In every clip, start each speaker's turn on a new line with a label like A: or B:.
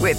A: With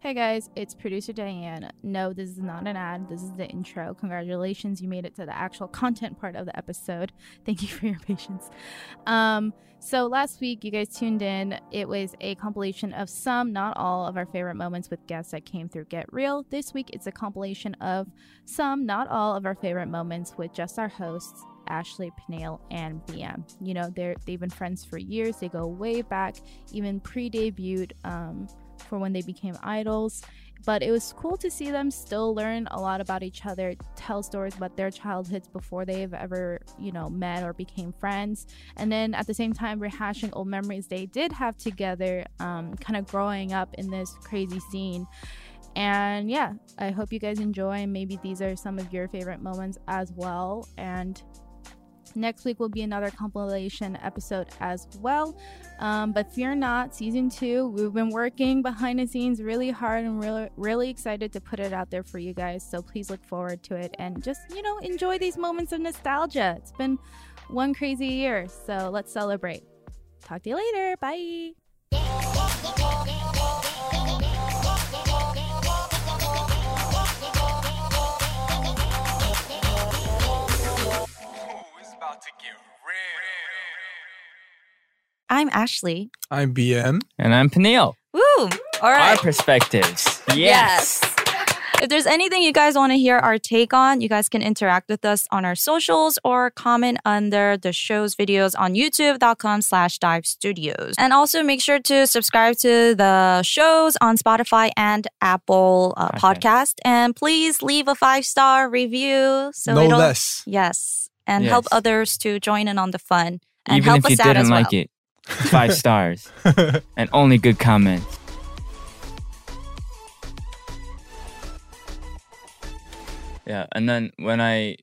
B: Hey guys, it's producer Diane. No, this is not an ad. This is the intro. Congratulations, you made it to the actual content part of the episode. Thank you for your patience. Um, so last week you guys tuned in. It was a compilation of some, not all, of our favorite moments with guests that came through Get Real. This week it's a compilation of some, not all, of our favorite moments with just our hosts, Ashley, Peniel, and BM. You know, they're they've been friends for years. They go way back, even pre-debuted um, for when they became idols. But it was cool to see them still learn a lot about each other, tell stories about their childhoods before they've ever, you know, met or became friends. And then at the same time, rehashing old memories they did have together, um, kind of growing up in this crazy scene. And yeah, I hope you guys enjoy. and Maybe these are some of your favorite moments as well. And Next week will be another compilation episode as well. Um, but fear not, season two, we've been working behind the scenes really hard and really, really excited to put it out there for you guys. So please look forward to it and just, you know, enjoy these moments of nostalgia. It's been one crazy year. So let's celebrate. Talk to you later. Bye.
C: it's about to get real.
D: I'm Ashley.
E: I'm BM.
F: And I'm Peniel.
D: Woo! All
F: Our
D: right.
F: perspectives.
D: Yes.
F: Yes.
D: If there's anything you guys want to hear our take on, you guys can interact with us on our socials or comment under the show's videos on youtube.com slash dive studios. And also make sure to subscribe to the shows on Spotify and Apple uh,
F: Okay.
D: podcast. And please leave a five-star review. So
E: no
D: it'll-
E: less.
D: Yes. And help
F: Yes.
D: others to join in on the fun. And
F: Even
D: help
F: if you
D: us out as
F: didn't
D: well.
F: like it, five stars and only good comments. Yeah, and then when I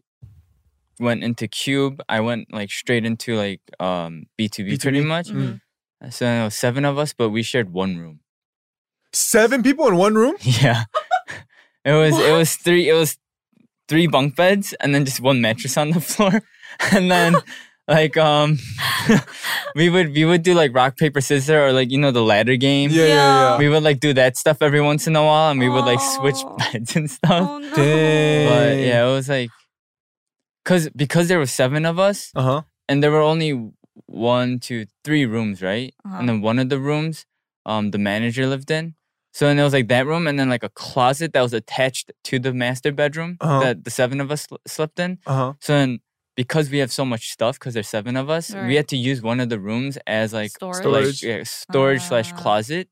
F: went into Cube, I went like straight into like um B2B, pretty
E: B2B?
F: much.
E: Mm.
D: Mm-hmm.
F: So there was seven of us, but we shared one room.
E: Seven people in one room?
F: Yeah. It was it was three it was three bunk beds and then just one mattress on the floor. And then like um we would we would do like rock, paper, scissors or like you know the ladder game.
E: Yeah, yeah, yeah.
F: We would like do that stuff every once in a while and we would like switch
D: Aw.
F: beds and stuff.
D: Oh, no.
F: But
E: Dang.
F: yeah, it was like cause because there were seven of us
E: Uh huh.
F: and there were only one, two, three rooms, right?
D: Uh-huh.
F: And then one of the rooms, um, the manager lived in. So then there was like that room, and then like a closet that was attached to the master bedroom
E: Uh-huh.
F: that the seven of us sl- slept in.
E: Uh huh.
F: So then, because we have so much stuff, because there's seven of us,
D: Right.
F: we had to use one of the rooms as like
D: Storage?
F: like, yeah, storage slash
D: Ah.
F: closet,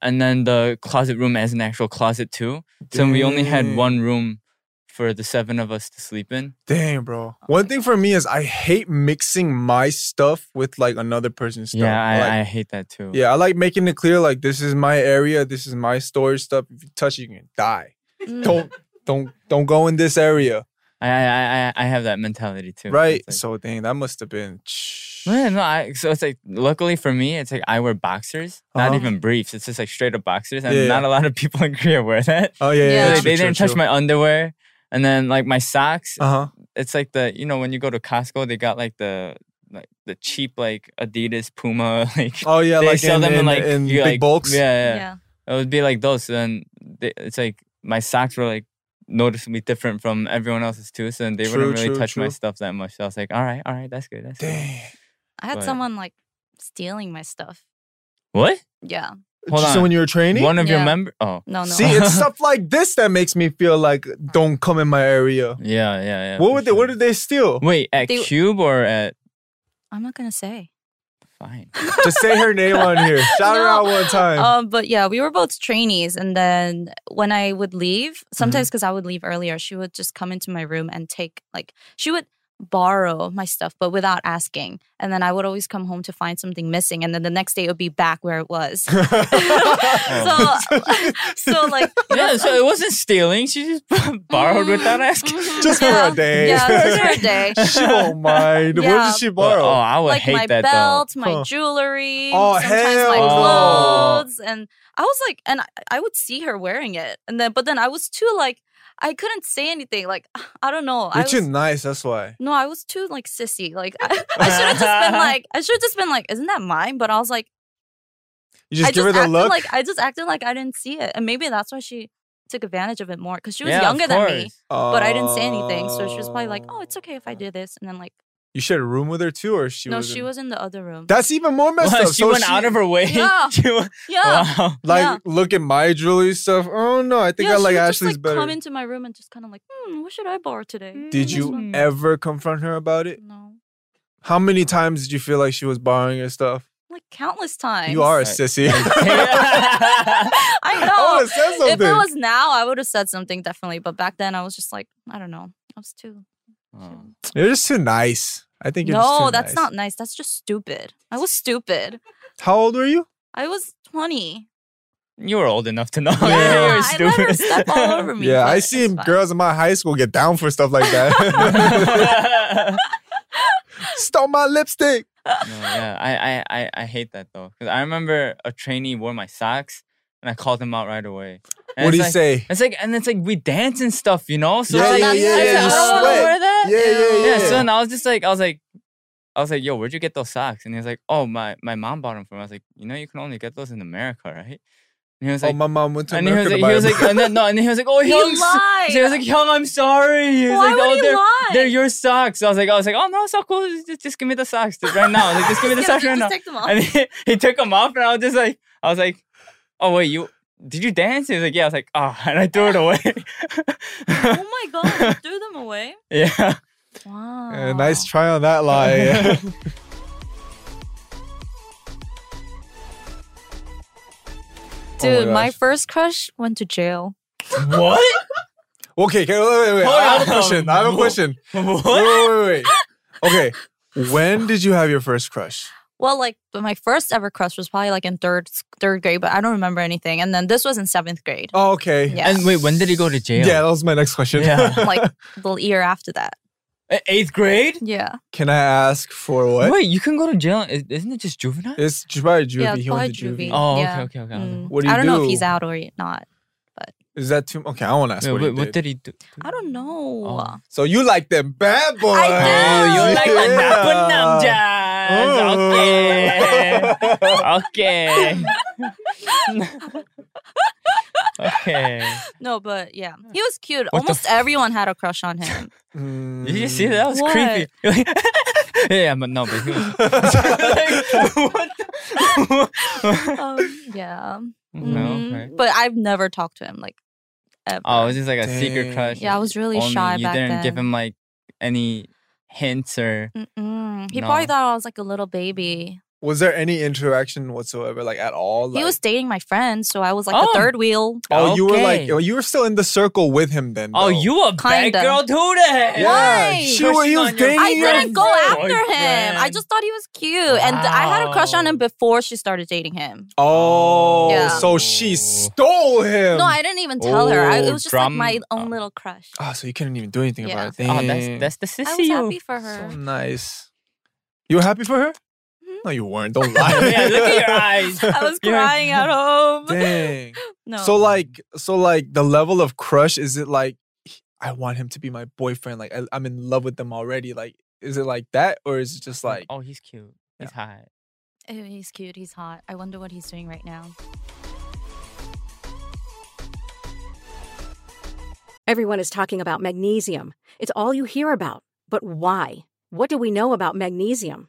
F: and then the closet room as an actual closet too. So we only had
E: Dang.
F: one room for the seven of us to sleep in.
E: Dang, bro. One thing for me is I hate mixing my stuff with like another person's stuff.
F: Yeah, I,
E: Like,
F: I hate that too.
E: yeah, I like making it clear like this is my area, this is my storage stuff. If you touch it, you can die.
D: Mm.
E: Don't don't don't go in this area.
F: I I I, I have that mentality too.
E: Right?
F: It's
E: so dang, that must have been
F: like- Yeah, no, I, so it's like luckily for me, it's like I wear boxers, not
E: Uh-huh.
F: even briefs. It's just like straight up boxers, and
E: Yeah, yeah.
F: not a lot of people in Korea wear that.
E: Oh yeah, yeah.
D: Yeah.
F: So,
E: yeah.
F: like, they didn't touch my underwear, and then like my socks.
E: Uh huh.
F: It's like the you know when you go to Costco, they got like the like the cheap like Adidas, Puma, like
E: Oh yeah,
F: they
E: like
F: sell
E: in,
F: them in,
E: in,
F: like
E: in
F: you,
E: big
F: like-
E: bulks.
F: Yeah, yeah,
D: Yeah.
F: it would be like those. So then they, it's like my socks were like noticeably different from everyone else's too. So then they
E: True,
F: wouldn't really
E: true,
F: touch my
E: true.
F: stuff that much. So I was like, all right, all right, that's good. That's good.
E: Dang.
D: I had
F: But-
D: someone like stealing my stuff.
F: What?
D: Yeah.
F: Hold
E: Just
F: on.
E: when you were training?
F: One of your
D: Yeah.
F: member? Oh.
D: No, no.
E: See, it's stuff like this that makes me feel like don't come in my area.
F: Yeah, yeah, yeah.
E: what
F: for
E: would they? What
F: sure.
E: did they steal?
F: Wait, at
D: They-
F: Cube or at
D: I'm not gonna say.
F: Fine?
E: Just say her name on here. Shout her
D: No.
E: out one time.
D: Um, but yeah, we were both trainees, and then when
E: Mm-hmm.
D: I would leave, sometimes because I would leave earlier, she would just come into my room and take like she would borrow my stuff, but without asking. And then I would always come home to find something missing, and then the next day it would be back where it was. so, so like
F: yeah, so it wasn't stealing. She just borrowed without
D: Mm.
F: asking.
E: Just for
D: yeah,
E: a day.
D: Yeah, just for a day.
E: she won't mind. What
D: Yeah.
E: did she
F: But,
E: borrow?
F: oh, I would
D: like
F: hate
D: my
F: that
D: belt, my
E: Huh.
D: jewelry,
E: Oh,
D: sometimes
E: hell
D: my
F: no.
D: clothes, and I was like, and I, I would see her wearing it, and then but then I was too like I couldn't say anything. Like I don't know. I
E: You're
D: was,
E: too nice, that's why.
D: no, I was too like sissy. Like I, I should have just been like, I should have just been like, isn't that mine? But I was like,
E: You just
D: I
E: give
D: just
E: her the
D: acted
E: look.
D: like I just acted like I didn't see it, and maybe that's why she took advantage of it more because she
F: though.
D: was
F: Yeah, of
D: younger than me.
F: course.
D: But I didn't say anything, so she was probably like, "Oh, it's okay if I do this." And then like,
E: You shared a room with her too, or she
D: no,
E: was
D: she
E: in-
D: was in the other room.
E: That's even more messed
F: Wow,
E: up.
F: she
E: So
F: went out of her way.
D: Yeah.
F: She went-
D: yeah.
F: Wow.
E: like
D: yeah.
E: look at my jewelry stuff. Oh no, I think
D: yeah,
E: I like
D: she would
E: Ashley's
D: just, like,
E: better.
D: Come into my room and just kind of like, hmm, what should I borrow today?
E: Did
D: Mm,
E: you
D: this one.
E: ever confront her about it?
D: No,
E: How many times did you feel like she was borrowing your stuff?
D: like countless times.
E: You are a
F: Right.
E: sissy.
D: I
E: I
D: know.
E: would've said
D: if it
E: something.
D: was now, I would have said something definitely. But back then, I was just like, I don't know. I was too.
F: Oh.
E: You're just too nice. I think you're just
D: no,
E: too
D: that's
E: nice.
D: not nice. That's just stupid. I was stupid.
E: How old were you?
D: I was twenty.
F: You were old enough to know.
E: Yeah.
F: you were
D: I let her
F: stupid.
D: step all over me.
E: yeah,
D: but
E: I
D: it's
E: see
D: fine.
E: girls in my high school get down for stuff like that.
F: no,
E: Stole my lipstick.
F: yeah, I, I, I, I hate that though. Because I remember a trainee wore my socks and I called him out right away. And
E: What do
F: it's
E: you
F: like-
E: say?
F: It's like, and it's like we dance and stuff, you know? So
E: Yeah,
F: it's like,
E: yeah, yeah,
F: I said,
E: yeah, you
F: I don't wanna
E: sweat.
F: wear that.
E: Yeah, yeah,
F: Yeah,
E: yeah.
F: so and I was just like, I was like, I was like, yo, where'd you get those socks? And he was like, oh, my, my mom bought them for me. I was like, you know, you can only get those in America, right? And he was
E: oh,
F: like,
E: my mom went to
F: and he was
E: America
F: like,
E: to
F: he
E: buy
F: was
E: a-
F: like, and then no, and then he was like, oh,
D: He
F: Hyung,
D: lied.
F: so he was like, Hyung, I'm sorry. He was
D: Why
F: like,
D: would
F: oh,
D: he
F: they're,
D: lie?
F: they're your socks. I was like, I was like, oh no, it's all cool. Just, just give me the socks dude, right now. I was like, just give me the
D: Yeah,
F: socks
D: just
F: right now.
D: take them off.
F: And he, he took them off, and I was just like, I was like, oh wait, you did you dance? He was like, yeah. I was like, oh, and I threw it away.
D: Oh my god! you threw them away.
F: yeah.
D: Wow.
E: Eh, nice try on that lie.
D: Dude, my,
E: Oh gosh.
D: first crush went to jail.
F: What?
E: okay, okay, wait, wait, wait.
F: Hold
E: I have a
F: on.
E: question. I have a
F: Wha-
E: question. Wait,
F: What?
E: wait, wait, wait. Okay, when did you have your first crush?
D: Well, like, but my first ever crush was probably like in third third grade, but I don't remember anything. And then this was in seventh grade,
E: Oh, okay.
D: Yeah.
F: And wait, when did he go to jail?
E: Yeah, that was my next question.
F: Yeah.
D: like the year after that.
F: E- Eighth grade?
D: Yeah,
E: Can I ask for what?
F: Wait, you can go to jail. i- Isn't it just juvenile?
E: It's ju- probably juvie.
D: Yeah,
E: he
D: probably
E: went to juvie.
D: juvie.
F: oh,
D: yeah.
F: okay, okay, okay. I don't know.
D: Mm.
E: What do you
D: I don't know if he's
E: do?
D: out or not.
E: Is that too? Okay, I want to ask
F: Wait,
E: what, he
F: wait, what did
E: did.
F: he do?
D: I don't know.
F: Oh.
E: So you like them bad boys?
D: I do.
F: You
D: Oh,
F: like the Napun
E: Yeah. Oh.
F: Namjas. Okay. okay. okay.
D: No, but yeah, he was cute.
F: What the
D: Almost
F: f-
D: everyone had a crush on him.
E: Mm.
F: Did you see that? That was
D: What?
F: creepy. yeah, but no, but he was- like, what the-
D: um, yeah,
F: Oh, Mm, no,
D: Mhm.
F: okay.
D: but I've never talked to him like ever.
F: Oh, it was just like a secret
E: Dang.
F: crush.
D: yeah, I was really
F: only
D: shy
F: You
D: back
F: didn't
D: then.
F: give him like any hints or.
D: Mm-mm. He
F: No.
D: probably thought I was like a little baby.
E: Was there any interaction whatsoever, like at all? Like,
D: he was dating my friend, so I was like
F: Oh.
D: the third wheel.
E: Oh, you were like,
F: Okay.
E: oh, you were still in the circle with him then.
F: Oh,
E: though.
F: you a bad
D: Kinda.
F: girl too then.
E: Yeah,
D: Why?
E: she was.
F: Crushing
E: He
F: on
E: was
F: your
E: dating.
D: I
E: your
D: didn't go after
F: friend.
D: him. I just thought he was cute, and I had a crush on him
F: Wow.
D: before she started dating him.
E: Oh,
D: Yeah.
E: so she stole him.
D: No, I didn't even tell her. I, it
F: Oh,
D: was just
F: drum-
D: like my own little crush.
E: Oh, so you couldn't even do anything about it.
F: Oh,
E: Dang.
F: that's that's the sissy.
D: I was
F: you.
D: happy for
E: so
D: her.
E: Oh, nice. You were happy for her?
D: Mhm.
E: No, you weren't. Don't lie.
F: Mm-hmm. yeah, look at your eyes.
D: I was
F: You're-
D: crying at home.
E: Dang.
D: No.
E: So like, so like, the level of crush is it like, I want him to be my boyfriend. Like, I, I'm in love with them already. Like, is it like that, or is it just like,
F: oh, he's cute. He's hot.
D: Ew, he's cute. He's hot. I wonder what he's doing right now.
G: Everyone is talking about magnesium. It's all you hear about. But why? What do we know about magnesium?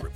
H: Void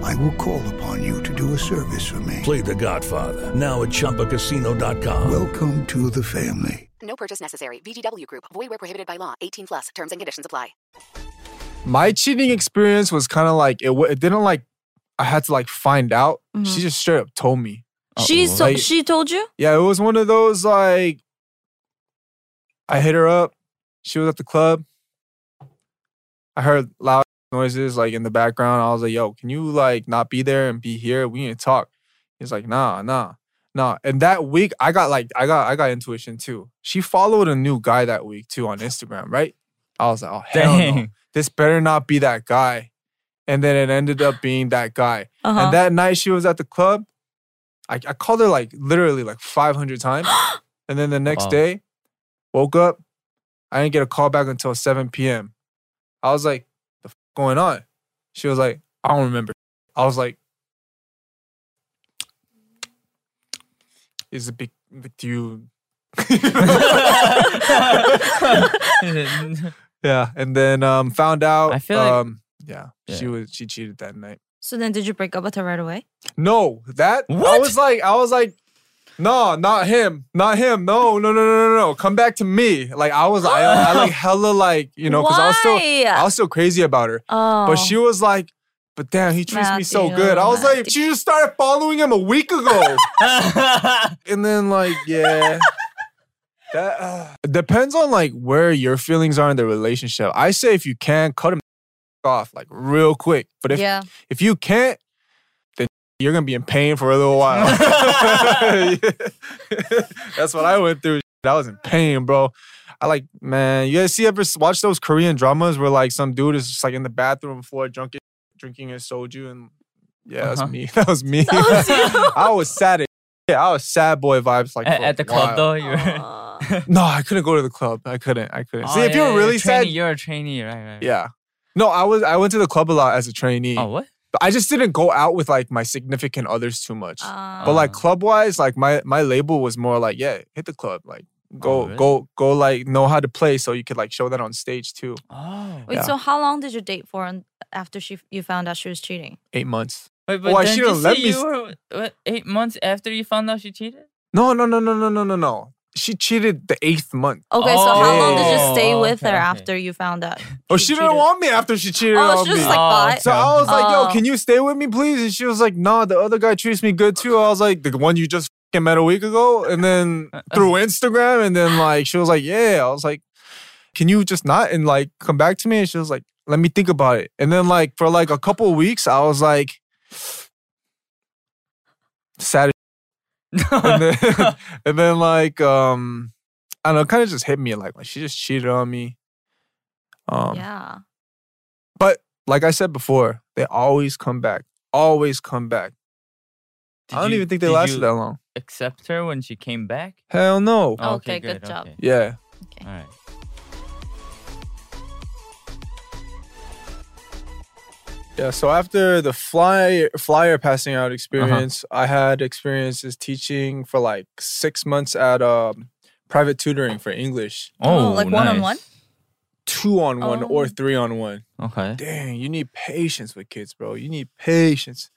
I: I will call upon you to do a service for me.
J: Play The Godfather now at ChumbaCasino.com.
I: Welcome to the family.
G: No purchase necessary. VGW Group. Void where prohibited by law. 18 plus. Terms and conditions apply.
E: my cheating experience was kind of like it, wa- it didn't like i had to like find out
F: Mm-hmm.
E: she just straight up told me
D: She so
E: Uh, Like-
D: she told you?
E: yeah it was one of those like i hit her up she was at the club i heard loud noises like in the background i was like yo can you like not be there and be here we need to talk he's like nah nah nah and that week i got like i got i got intuition too she followed a new guy that week too on instagram right i was like oh hell no
F: Dang.
E: this better not be that guy. And then it ended up being that guy.
D: Uh-huh.
E: And that night she was at the club. I, I called her like literally like 500 times. and then the next
F: Wow.
E: day, woke up. I didn't get a call back until 7 p.m. I was like, the f- going on? She was like, I don't remember. I was like, is it big? Do you? Yeah. And then um, found out.
F: I feel like-
E: um, yeah, she
F: Yeah.
E: was she cheated that night.
D: So then did you break up with her right away?
E: No, that I
F: What?
E: was like, I was like, no, not him, not him. No, no, no, no, no, no. Come back to me. Like I was, I, I like hella like you know, because I was still,
D: Why?
E: I was still crazy about her.
D: Oh.
E: But she was like, but damn, he treats me so
D: Matthew,
E: good. I was like,
D: Matthew.
E: she just started following him a week ago, and then like, yeah. That uh, depends on like where your feelings are in the relationship. I say if you can, cut him off like real quick. But if
D: yeah.
E: if you can't, then you're gonna be in pain for a little while. That's what I went through. I was in pain, bro. I like, man, you guys see ever s- watch those Korean dramas where like some dude is just like in the bathroom floor drunking drinking his soju and yeah,
F: Uh-huh.
E: that's me. That was me.
D: was you.
E: I was sad. as- Yeah, I was sad boy vibes like
F: at,
E: for
F: at
E: a
F: the club
E: while.
F: though, you were.
D: Aw.
E: No, I couldn't go to the club. I couldn't. I couldn't. see,
F: Oh,
E: if
F: yeah,
E: you were really
F: a trainee,
E: sad,
F: you're a trainee, right? right, right.
E: yeah. No, I was. I went to the club a lot as a trainee.
F: Oh, what?
E: But I just didn't go out with like my significant others too much. but
D: Um,
E: like club wise, like my my label was more like, yeah, hit the club, like go
F: Oh, really?
E: go go like know how to play, so you could like show that on stage too.
F: Oh.
D: Wait,
E: yeah.
D: so how long did you date for un- after she you found out she was cheating?
E: Eight months.
F: Wait,
E: Why,
F: didn't
E: she
F: you
E: don't oh, let
F: say
E: me
F: you
E: s-
F: were what, eight months after you found out she cheated?
E: No no no no no no no no. She cheated the eighth month.
D: Okay, so how long did you
F: Oh,
D: stay with
F: okay,
D: her
F: okay.
D: after you found out?
E: Oh, she didn't
D: cheated?
E: want me after she cheated
D: Oh,
E: on
D: she was
E: me.
D: like,
F: Oh,
D: "Bye."
E: so I was like,
D: Oh.
E: yo, can you stay with me, please? And she was like, nah, the other guy treats me good too. I was like, the one you just f***ing met a week ago, and then through Instagram, and then like she was like, yeah. I was like, can you just not and like come back to me? And she was like, let me think about it. And then like for like a couple of weeks, I was like, sad. as and then, and then like um, I don't know, kind of just hit me like, like she just cheated on me.
F: Oh.
E: Um,
D: yeah.
E: but like I said before, they always come back. Always come back. I don't even think they lasted that long.
F: Accept her when she came back.
E: Hell no.
D: Oh, Okay, good job.
E: Yeah.
F: All right.
E: Yeah. So after the fly flyer passing out experience, I had experiences teaching for like six months at um private tutoring for English.
F: Oh, Oh, like one-on-one? nice.
E: Two on one or three on one.
F: Okay.
E: Dang, you need patience with kids, bro. You need patience.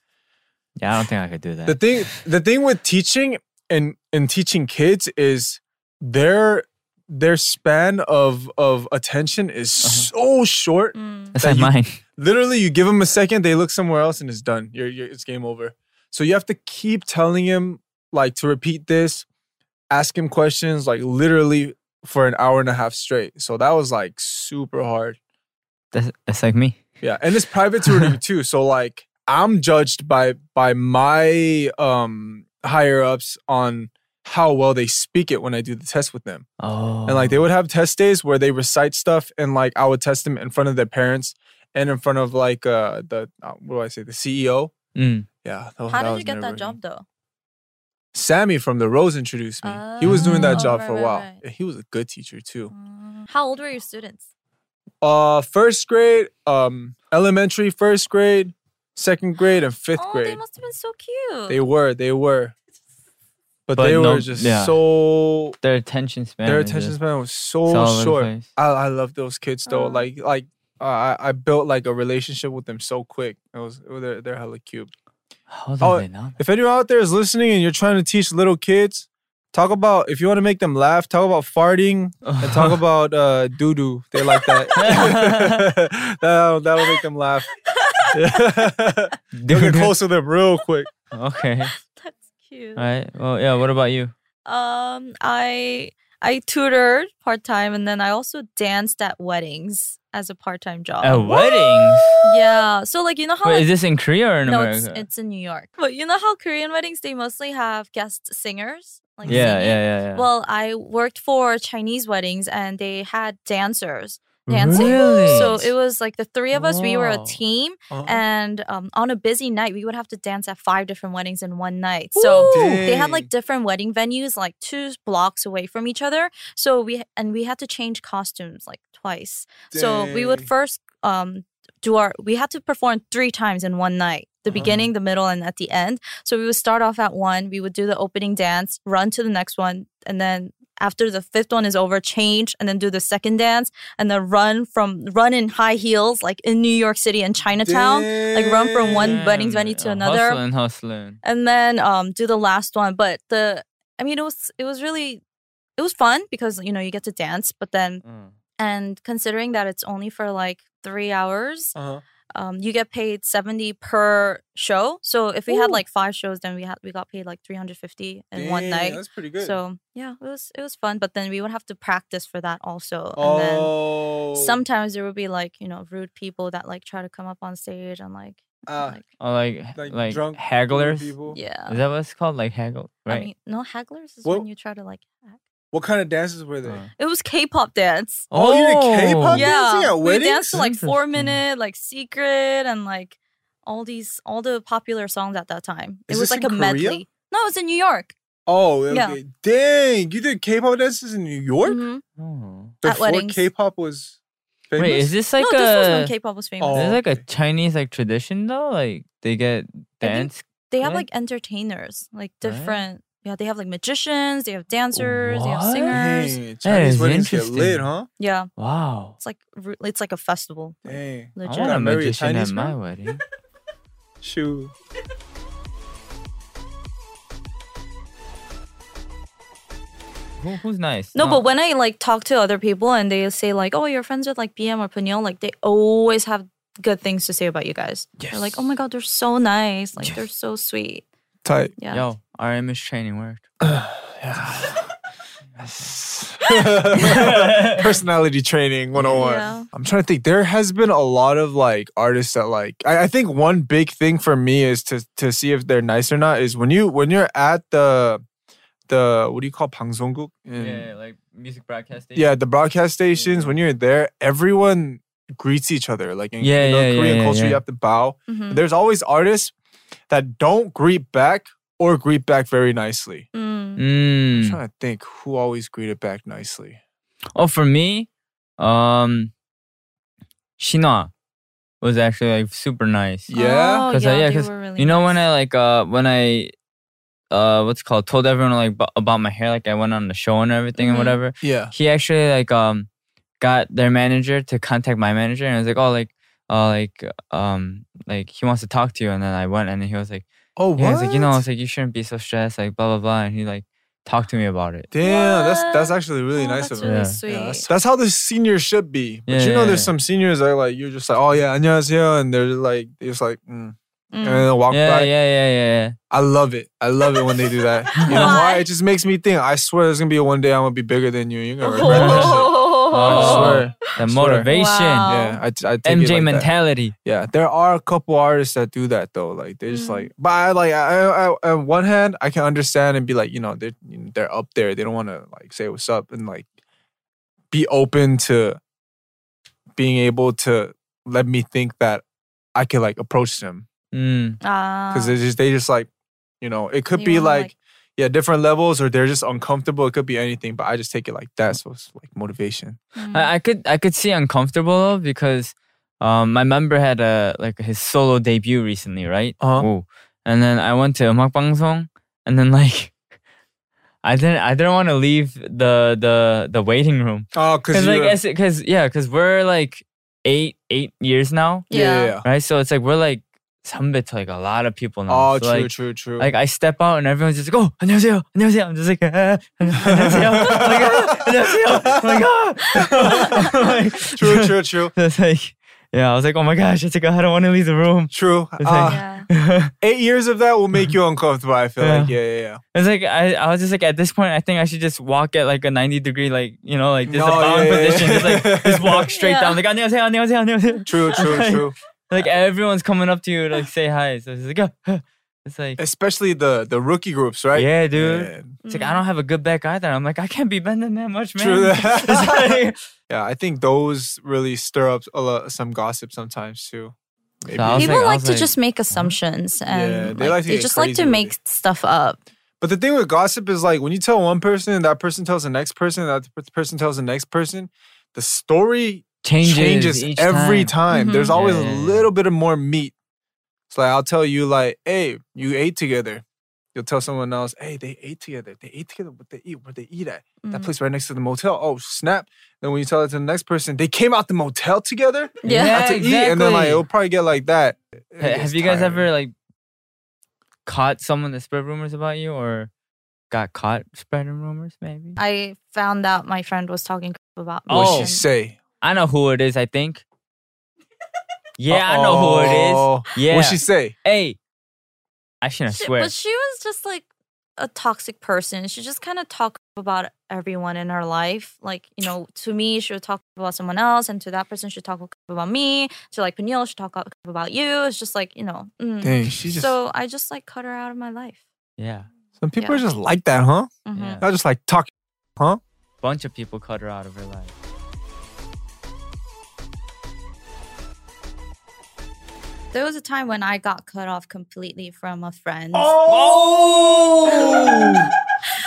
F: Yeah, I don't think I could do that.
E: The thing the thing with teaching and and teaching kids is their their span of of attention is so short.
F: That's like
E: that you-
F: mine.
E: Literally, you give them a second, they look somewhere else, and it's done. You're, you're it's game over. So you have to keep telling him like to repeat this, ask him questions like literally for an hour and a half straight. So that was like super hard.
F: That's, that's like me.
E: Yeah, and it's private tutoring too. So like I'm judged by by my um higher ups on how well they speak it when I do the test with them.
F: Oh.
E: And like they would have test days where they recite stuff and like I would test them in front of their parents and in front of like uh the uh, what do I say the CEO.
F: Mm.
E: Yeah. that-
D: How
E: that
D: did you
E: was
D: get that
E: nerve-wracking.
D: job though?
E: Sammy from the Rose introduced me. he was doing that
D: Oh,
E: job
D: right,
E: for a
D: right,
E: while.
D: right. Mm.
E: And He was a good teacher too.
D: How old were your students?
E: Uh, first grade, um, elementary, first grade, second grade, and fifth grade.
D: Oh, Must have been so cute.
E: They were, they were. But,
F: But
E: they
F: no-
E: were just
F: yeah.
E: so
F: Their attention span.
E: their
F: is
E: attention
F: just-
E: span was
F: it's all
E: so
F: over the
E: short.
F: place.
E: I, I love those kids though.
D: Oh.
E: Like like uh, I I built like a relationship with them so quick. It was it was- they're they're hella cute.
F: How old
E: Oh,
F: are they now?
E: if anyone out there is listening and you're trying to teach little kids, talk about if you want to make them laugh, talk about farting and talk about uh, doo doo. They like that. that'll, that'll make them laugh. They'll get close to them real quick.
F: Okay.
D: That's cute.
F: All right. Well, yeah. What about you?
D: Um, I I tutored part time, and then I also danced at weddings as a part time job.
F: At weddings.
D: Yeah. So like you know how
F: Wait,
D: like-
F: is this in Korea or in
D: no,
F: America?
D: it's it's in New York. But you know how Korean weddings they mostly have guest singers. Like
F: yeah,
D: singing?
F: yeah, yeah, yeah.
D: Well, I worked for Chinese weddings and they had dancers dancing.
F: Really?
D: So it was like the three of us, we were a
F: Wow.
D: team.
F: Uh-uh.
D: And um, on a busy night, we would have to dance at five different weddings in one night. So
F: Ooh.
D: they had like different wedding venues, like two blocks away from each other. So we, and we had to change costumes like twice. So we would
K: Dang.
D: first um, do our we had to perform three times in one night the beginning the middle and at the end so we would start off at one we would do the opening dance run to the next one and then after the fifth one is over change and then do the second dance and then run from run in high heels like in new york city and chinatown like run from one wedding venue to another
F: Hustling, hustling.
D: and then um do the last one but the i mean it was it was really it was fun because you know you get to dance but then
F: Mm.
D: and considering that it's only for like three hours
E: Uh-huh.
D: um, you get paid 70 per show so if we had
K: Ooh.
D: like five shows then we had we got paid like 350 in one
K: Dang,
D: night
K: that's pretty good.
D: so yeah it was it was fun but then we would have to practice for that also and then
E: Oh,
D: sometimes there would be like you know rude people that like try to come up on stage and like
E: Ah,
F: Or Oh, like
E: Like
F: like,
E: drunk
F: hagglers.
K: oh.
E: people.
D: Yeah.
F: Is that what it's called? Like haggle, right?
D: i mean no hagglers is
E: What-
D: when you try to like
E: what kind of dances were they?
F: Uh-huh. Uh,
D: it was k-pop dance
E: Oh, you did K-pop
D: yeah.
E: dancing at
D: We danced to like
E: weddings?
D: four minute, like secret, and like all these all the popular songs at that time.
E: Is
D: it was
E: this
D: like
E: in
D: a
E: Korea?
D: medley. No, it's in New York.
E: Oh, okay.
D: Yeah.
E: Dang, you did K-pop dances in New York
D: Mhm. At
E: before
D: weddings.
E: K-pop was. Famous?
F: Oh. Wait, is this like
D: no,
F: a?
D: this was when K-pop was famous.
F: Is
E: Oh,
F: this like a Chinese like tradition though? Like they get dance.
D: They have
F: What?
D: like entertainers, like
F: Right?
D: different. Yeah, they have like magicians, they have dancers, they have singers.
E: Dang, Chinese
F: That is
E: weddings get lit,
F: interesting.
E: huh?
D: Yeah,
F: Wow.
D: it's like ru- it's like a festival. like,
E: Dang.
F: I
D: legit.
F: want a
E: marry a
F: magician
E: Chinese
F: at my
E: girl?
F: wedding.
E: Shoot.
F: Who, who's nice?
D: No, but when I like talk to other people and they say like, "Oh, you're friends with like BM or Peniel," like they always have good things to say about you guys. They're like, "Oh my god, they're so nice. Like they're so sweet."
E: Tight.
D: Yeah.
F: Yo, RM is training work.
E: Personality training 101.
D: Yeah.
E: I'm trying to think. There has been a lot of like artists that like I, I think one big thing for me is to to see if they're nice or not is when you when you're at the the what do you call 방송국? In-
F: Yeah, like music broadcasting.
E: yeah, the broadcast stations, when you're there, everyone greets each other. Like in
F: Yeah,
E: you know,
F: yeah, yeah,
E: Korean
F: yeah,
E: culture,
F: yeah.
E: you have to bow.
D: Mhm.
E: There's always artists that don't greet back or greet back very nicely. I'm
F: Mm.
E: trying to think who always greeted back nicely.
F: Oh, for me, um, Shina was actually like super nice.
E: Yeah?
D: Oh,
F: Cause
D: yeah,
F: I, yeah,
D: they
F: cause
D: were really
F: you know when I like uh when I uh what's it called told everyone like b- about my hair like I went on the show and everything and
E: Mhm.
F: whatever.
E: Yeah.
F: He actually like um got their manager to contact my manager and was like oh like uh like um like he wants to talk to you and then I went and then he was like
E: Oh,
F: yeah, he was like you know
E: what?
F: it's like you shouldn't be so stressed like blah blah blah and he like talked to me about it.
E: Damn, that's that's actually really
D: Oh,
E: nice
F: Oh, that's
E: of him.
F: really
E: Yeah.
F: sweet.
E: that's, that's how the seniors should be. But
F: Yeah,
E: you know,
F: yeah,
E: there's
F: yeah.
E: some seniors that are like you're just like, oh yeah, 안녕하세요, and they're like, they're just like, mm. and then walk
F: yeah,
E: by.
F: yeah yeah yeah yeah.
E: I love it. I love it when they do that. You know why? It just makes me think. I swear, there's gonna be a one day I'm gonna be bigger than you. You're gonna regret that shit.
D: Oh.
E: I swear.
F: the
E: I swear.
F: motivation.
E: Yeah, I, I take it
F: MJ
E: like that.
F: mentality.
E: Yeah, there are a couple artists that do that though. Like they're just like, but I like, I, I, I, on one hand, I can understand and be like, you know, they're they're up there. They don't want to like say what's up and like be open to being able to let me think that I can like approach them
F: Mm.
D: Ah.
E: because they just they just like, you know, it could be Uh. like, yeah, different levels or they're just uncomfortable. It could be anything, but I just take it like that. So it's like motivation.
D: Mm.
F: I, I could I could see uncomfortable though because um, my member had a like his solo debut recently, right?
E: Uh-huh.
F: Ooh. And then I went to 음악 방송, and then like I didn't I didn't want to leave the the the waiting room
E: Oh, because
F: because like because yeah because we're like eight eight years now
E: Yeah. Yeah.
F: right so it's like we're like some bit to like a lot of people now
E: oh,
F: So,
E: true,
F: like,
E: true, true.
F: Like I step out and everyone's just like, "Oh, 안녕하세요, 안녕하세요." I'm just like, "Ah, 안녕하세요, like, "Ah, 안녕하세요." I'm like, "Ah." I'm like,
E: true, true, true.
F: That's like, yeah. I was like, "Oh my gosh!" It's like I don't want to leave the room.
E: True.
F: It's
E: Uh,
F: like,
E: Eight years of that will make you uncomfortable. I feel like, yeah, yeah, yeah.
F: it's like I, I was just like, at this point, I think I should just walk at like a ninety degree, like you know, like just a
E: No,
F: bowing
E: yeah, yeah,
F: position,
E: yeah.
F: just like just walk straight down. Like 안녕하세요, 안녕하세요, 안녕하세요.
E: True, true,
F: Like-
E: true.
F: Like everyone's coming up to you to like say hi. So it's like, "Ah, ah." it's like.
E: Especially the the rookie groups, right?
F: Yeah, dude.
E: Man.
F: It's like I don't have a good back either. I'm like I can't be bending that much, man.
E: True.
F: It's like-
E: Yeah, I think those really stir up a lot, some gossip sometimes too. Maybe.
F: So I was
D: People
F: I
D: like
F: was
D: to just make assumptions and
E: Yeah, they like to
D: like, they
E: get
D: just like to
E: crazy with
D: make stuff up.
E: But the thing with gossip is like when you tell one person, and that person tells the next person, and that per- person tells the next person, the story
F: changes, each
E: every
F: time.
E: time.
D: Mm-hmm.
E: There's
F: Mhm.
E: always
F: Yeah.
E: a little bit of more meat. It's like I'll tell you, like, hey, you ate together. You'll tell someone else, hey, they ate together. They ate together. What they eat? Where they eat at?
D: Mm-hmm.
E: That place right next to the motel. Oh snap! Then when you tell it to the next person, they came out the motel together.
D: Yeah.
E: out to eat, and then like
F: exactly.
E: it'll probably get like that. It
F: Ha- Have
E: gets
F: you guys
E: tiring.
F: ever like caught someone that spread rumors about you, or got caught spreading rumors? Maybe
D: I found out my friend was talking crap about me.
E: What'd
F: Oh.
E: she say?
F: I know who it is. I think. Yeah, I know who it
E: Uh-oh.
F: is. Yeah.
E: What'd she say?
D: Mm-hmm.
F: Hey, I shouldn't
D: She-
F: swear.
D: But she was just like a toxic person. She just kind of talked about everyone in her life. Like, you know, to me, she would talk about someone else, and to that person, she talked about me. To like Peniel, she talked about you. It's just like, you know. mm.
E: Dang, she just.
D: so I just like cut her out of my life.
F: yeah,
E: some people
D: yeah.
E: are just like that, huh?
D: Mhm.
F: yeah.
E: Not just like talking, huh?
F: bunch of people cut her out of her life.
D: There was a time when I got cut off completely from a friend.
F: Oh!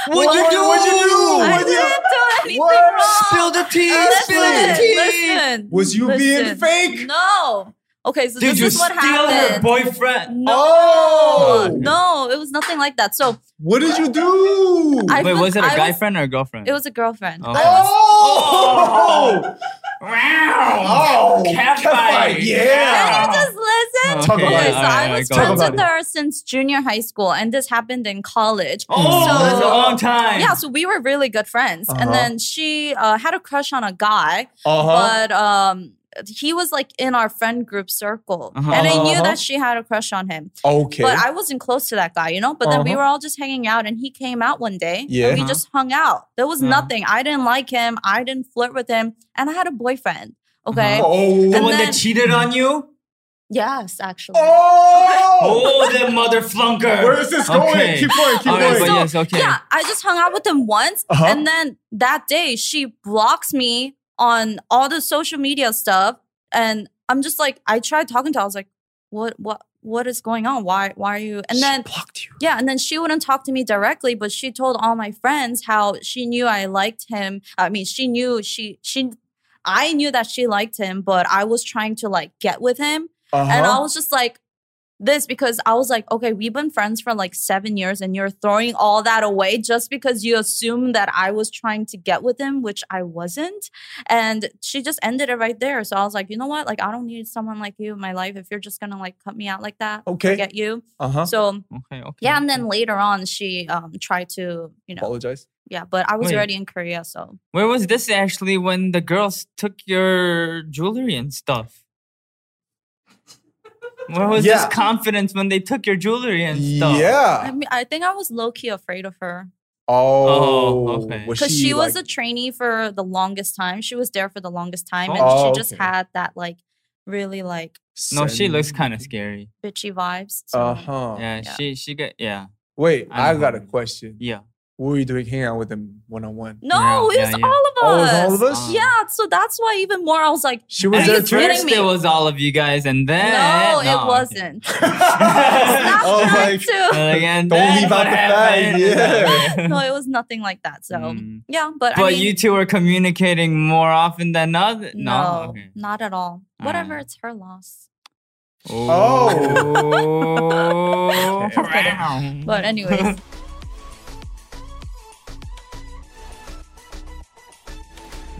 D: What'd you do? What'd you do? I didn't do anything wrong.
K: Spill the tea.
D: Listen,
K: Spill the tea.
D: listen,
K: Was you being
D: listen.
K: fake?
D: No. Okay, so
K: Did
D: this
K: you
D: is what
K: steal
D: happened.
K: her
F: boyfriend?
D: No.
K: Oh!
D: No, it was nothing like that. So
K: What did you do?
D: I
F: Wait,
D: was-
F: was it a
D: I
F: guy
D: was-
F: friend or a girlfriend?
D: it was a girlfriend.
F: Oh.
D: I was-
K: Oh! Wow! Oh,
F: catfight.
D: Can you
K: Yeah!
D: just listen?
F: Talk about
D: okay,
F: it.
D: so
F: Alright,
D: I
F: alright,
D: was
F: go
D: friends
K: on.
D: with her since junior high school, and this happened in college.
K: Oh, that's a long
F: time.
D: Yeah, so we were really good friends, and then she uh, had a crush on a guy,
K: Uh-huh.
D: but um, he was like in our friend group circle,
F: Uh-huh.
D: and I knew
K: Uh-huh.
D: that she had a crush on him.
K: Okay.
D: But I wasn't close to that guy, you know. But then we
K: Uh-huh.
D: were all just hanging out, and he came out one day,
K: Yeah.
D: and we
F: Uh-huh.
D: just hung out. There was
F: Uh-huh.
D: nothing. I didn't like him. I didn't flirt with him, and I had a boyfriend. Okay.
K: oh.
D: The one that then-
F: cheated on you?
D: Yes, actually.
K: oh!
F: Oh, that mother flunker.
K: Where is this going?
F: Okay.
K: Keep going, keep
F: All right,
K: going.
F: but yes, okay.
D: Yeah, I just hung out with him once,
K: Uh-huh.
D: and then that day she blocks me on all the social media stuff, and I'm just like, I tried talking to her. I was like, what, what, what is going on? Why, why are you? And then
K: blocked you.
D: yeah, and then she wouldn't talk to me directly, but she told all my friends how she knew I liked him. I mean, she knew she she. I knew that she liked him, but I was trying to like get with him.
K: Uh-huh.
D: And I was just like, this because I was like, okay, we've been friends for like seven years and you're throwing all that away just because you assume that I was trying to get with him, which I wasn't. And she just ended it right there. So I was like, you know what? Like, I don't need someone like you in my life if you're just gonna like cut me out like that.
E: Okay.
D: Get you.
E: Uh-huh.
D: So
F: okay, okay.
D: yeah, and then later on she um tried to, you know,
E: Apologize.
D: yeah, but I was
F: Wait.
D: already in Korea, so
F: Where was this actually when the girls took your jewelry and stuff? Where was
E: Yeah.
F: this confidence when they took your jewelry and stuff?
D: I
E: Yeah.
D: mean, I think I was low key afraid of her.
E: Oh,
F: Oh, okay.
E: was
D: because she, was
E: like-
D: a trainee for the longest time. She was there for the longest time, and
E: Oh,
D: she just
E: okay.
D: had that like really like
F: No, she looks kind of scary.
D: bitchy vibes. So.
E: Uh huh.
F: Yeah, she she got yeah.
E: Wait,
F: I
E: I
F: know.
E: got a question.
F: Yeah.
E: What were you doing hanging out with them one on one?
D: no, it
F: yeah,
D: was
F: yeah.
D: all
E: Oh, it
D: of
E: was
D: us.
E: all of
F: Uh,
E: us?
D: Yeah, so that's why even more I was like,
E: She
D: "Are
E: was
D: you
E: there too?
D: kidding
F: First
D: me?"
F: it was all of you guys and then
D: no, it
F: Eh, okay.
D: wasn't.
E: I was
D: trying
E: like,
D: to.
F: And again,
E: Don't leave
F: then what
E: out the fact.
F: happened?
E: Yeah.
D: No, it was nothing like that. So
F: Mm.
D: yeah, but,
F: But
D: I mean,
F: you two were communicating more often than other.
D: no,
F: Okay.
D: not at all. Whatever, it's her loss.
F: Oh. wow.
D: But anyways,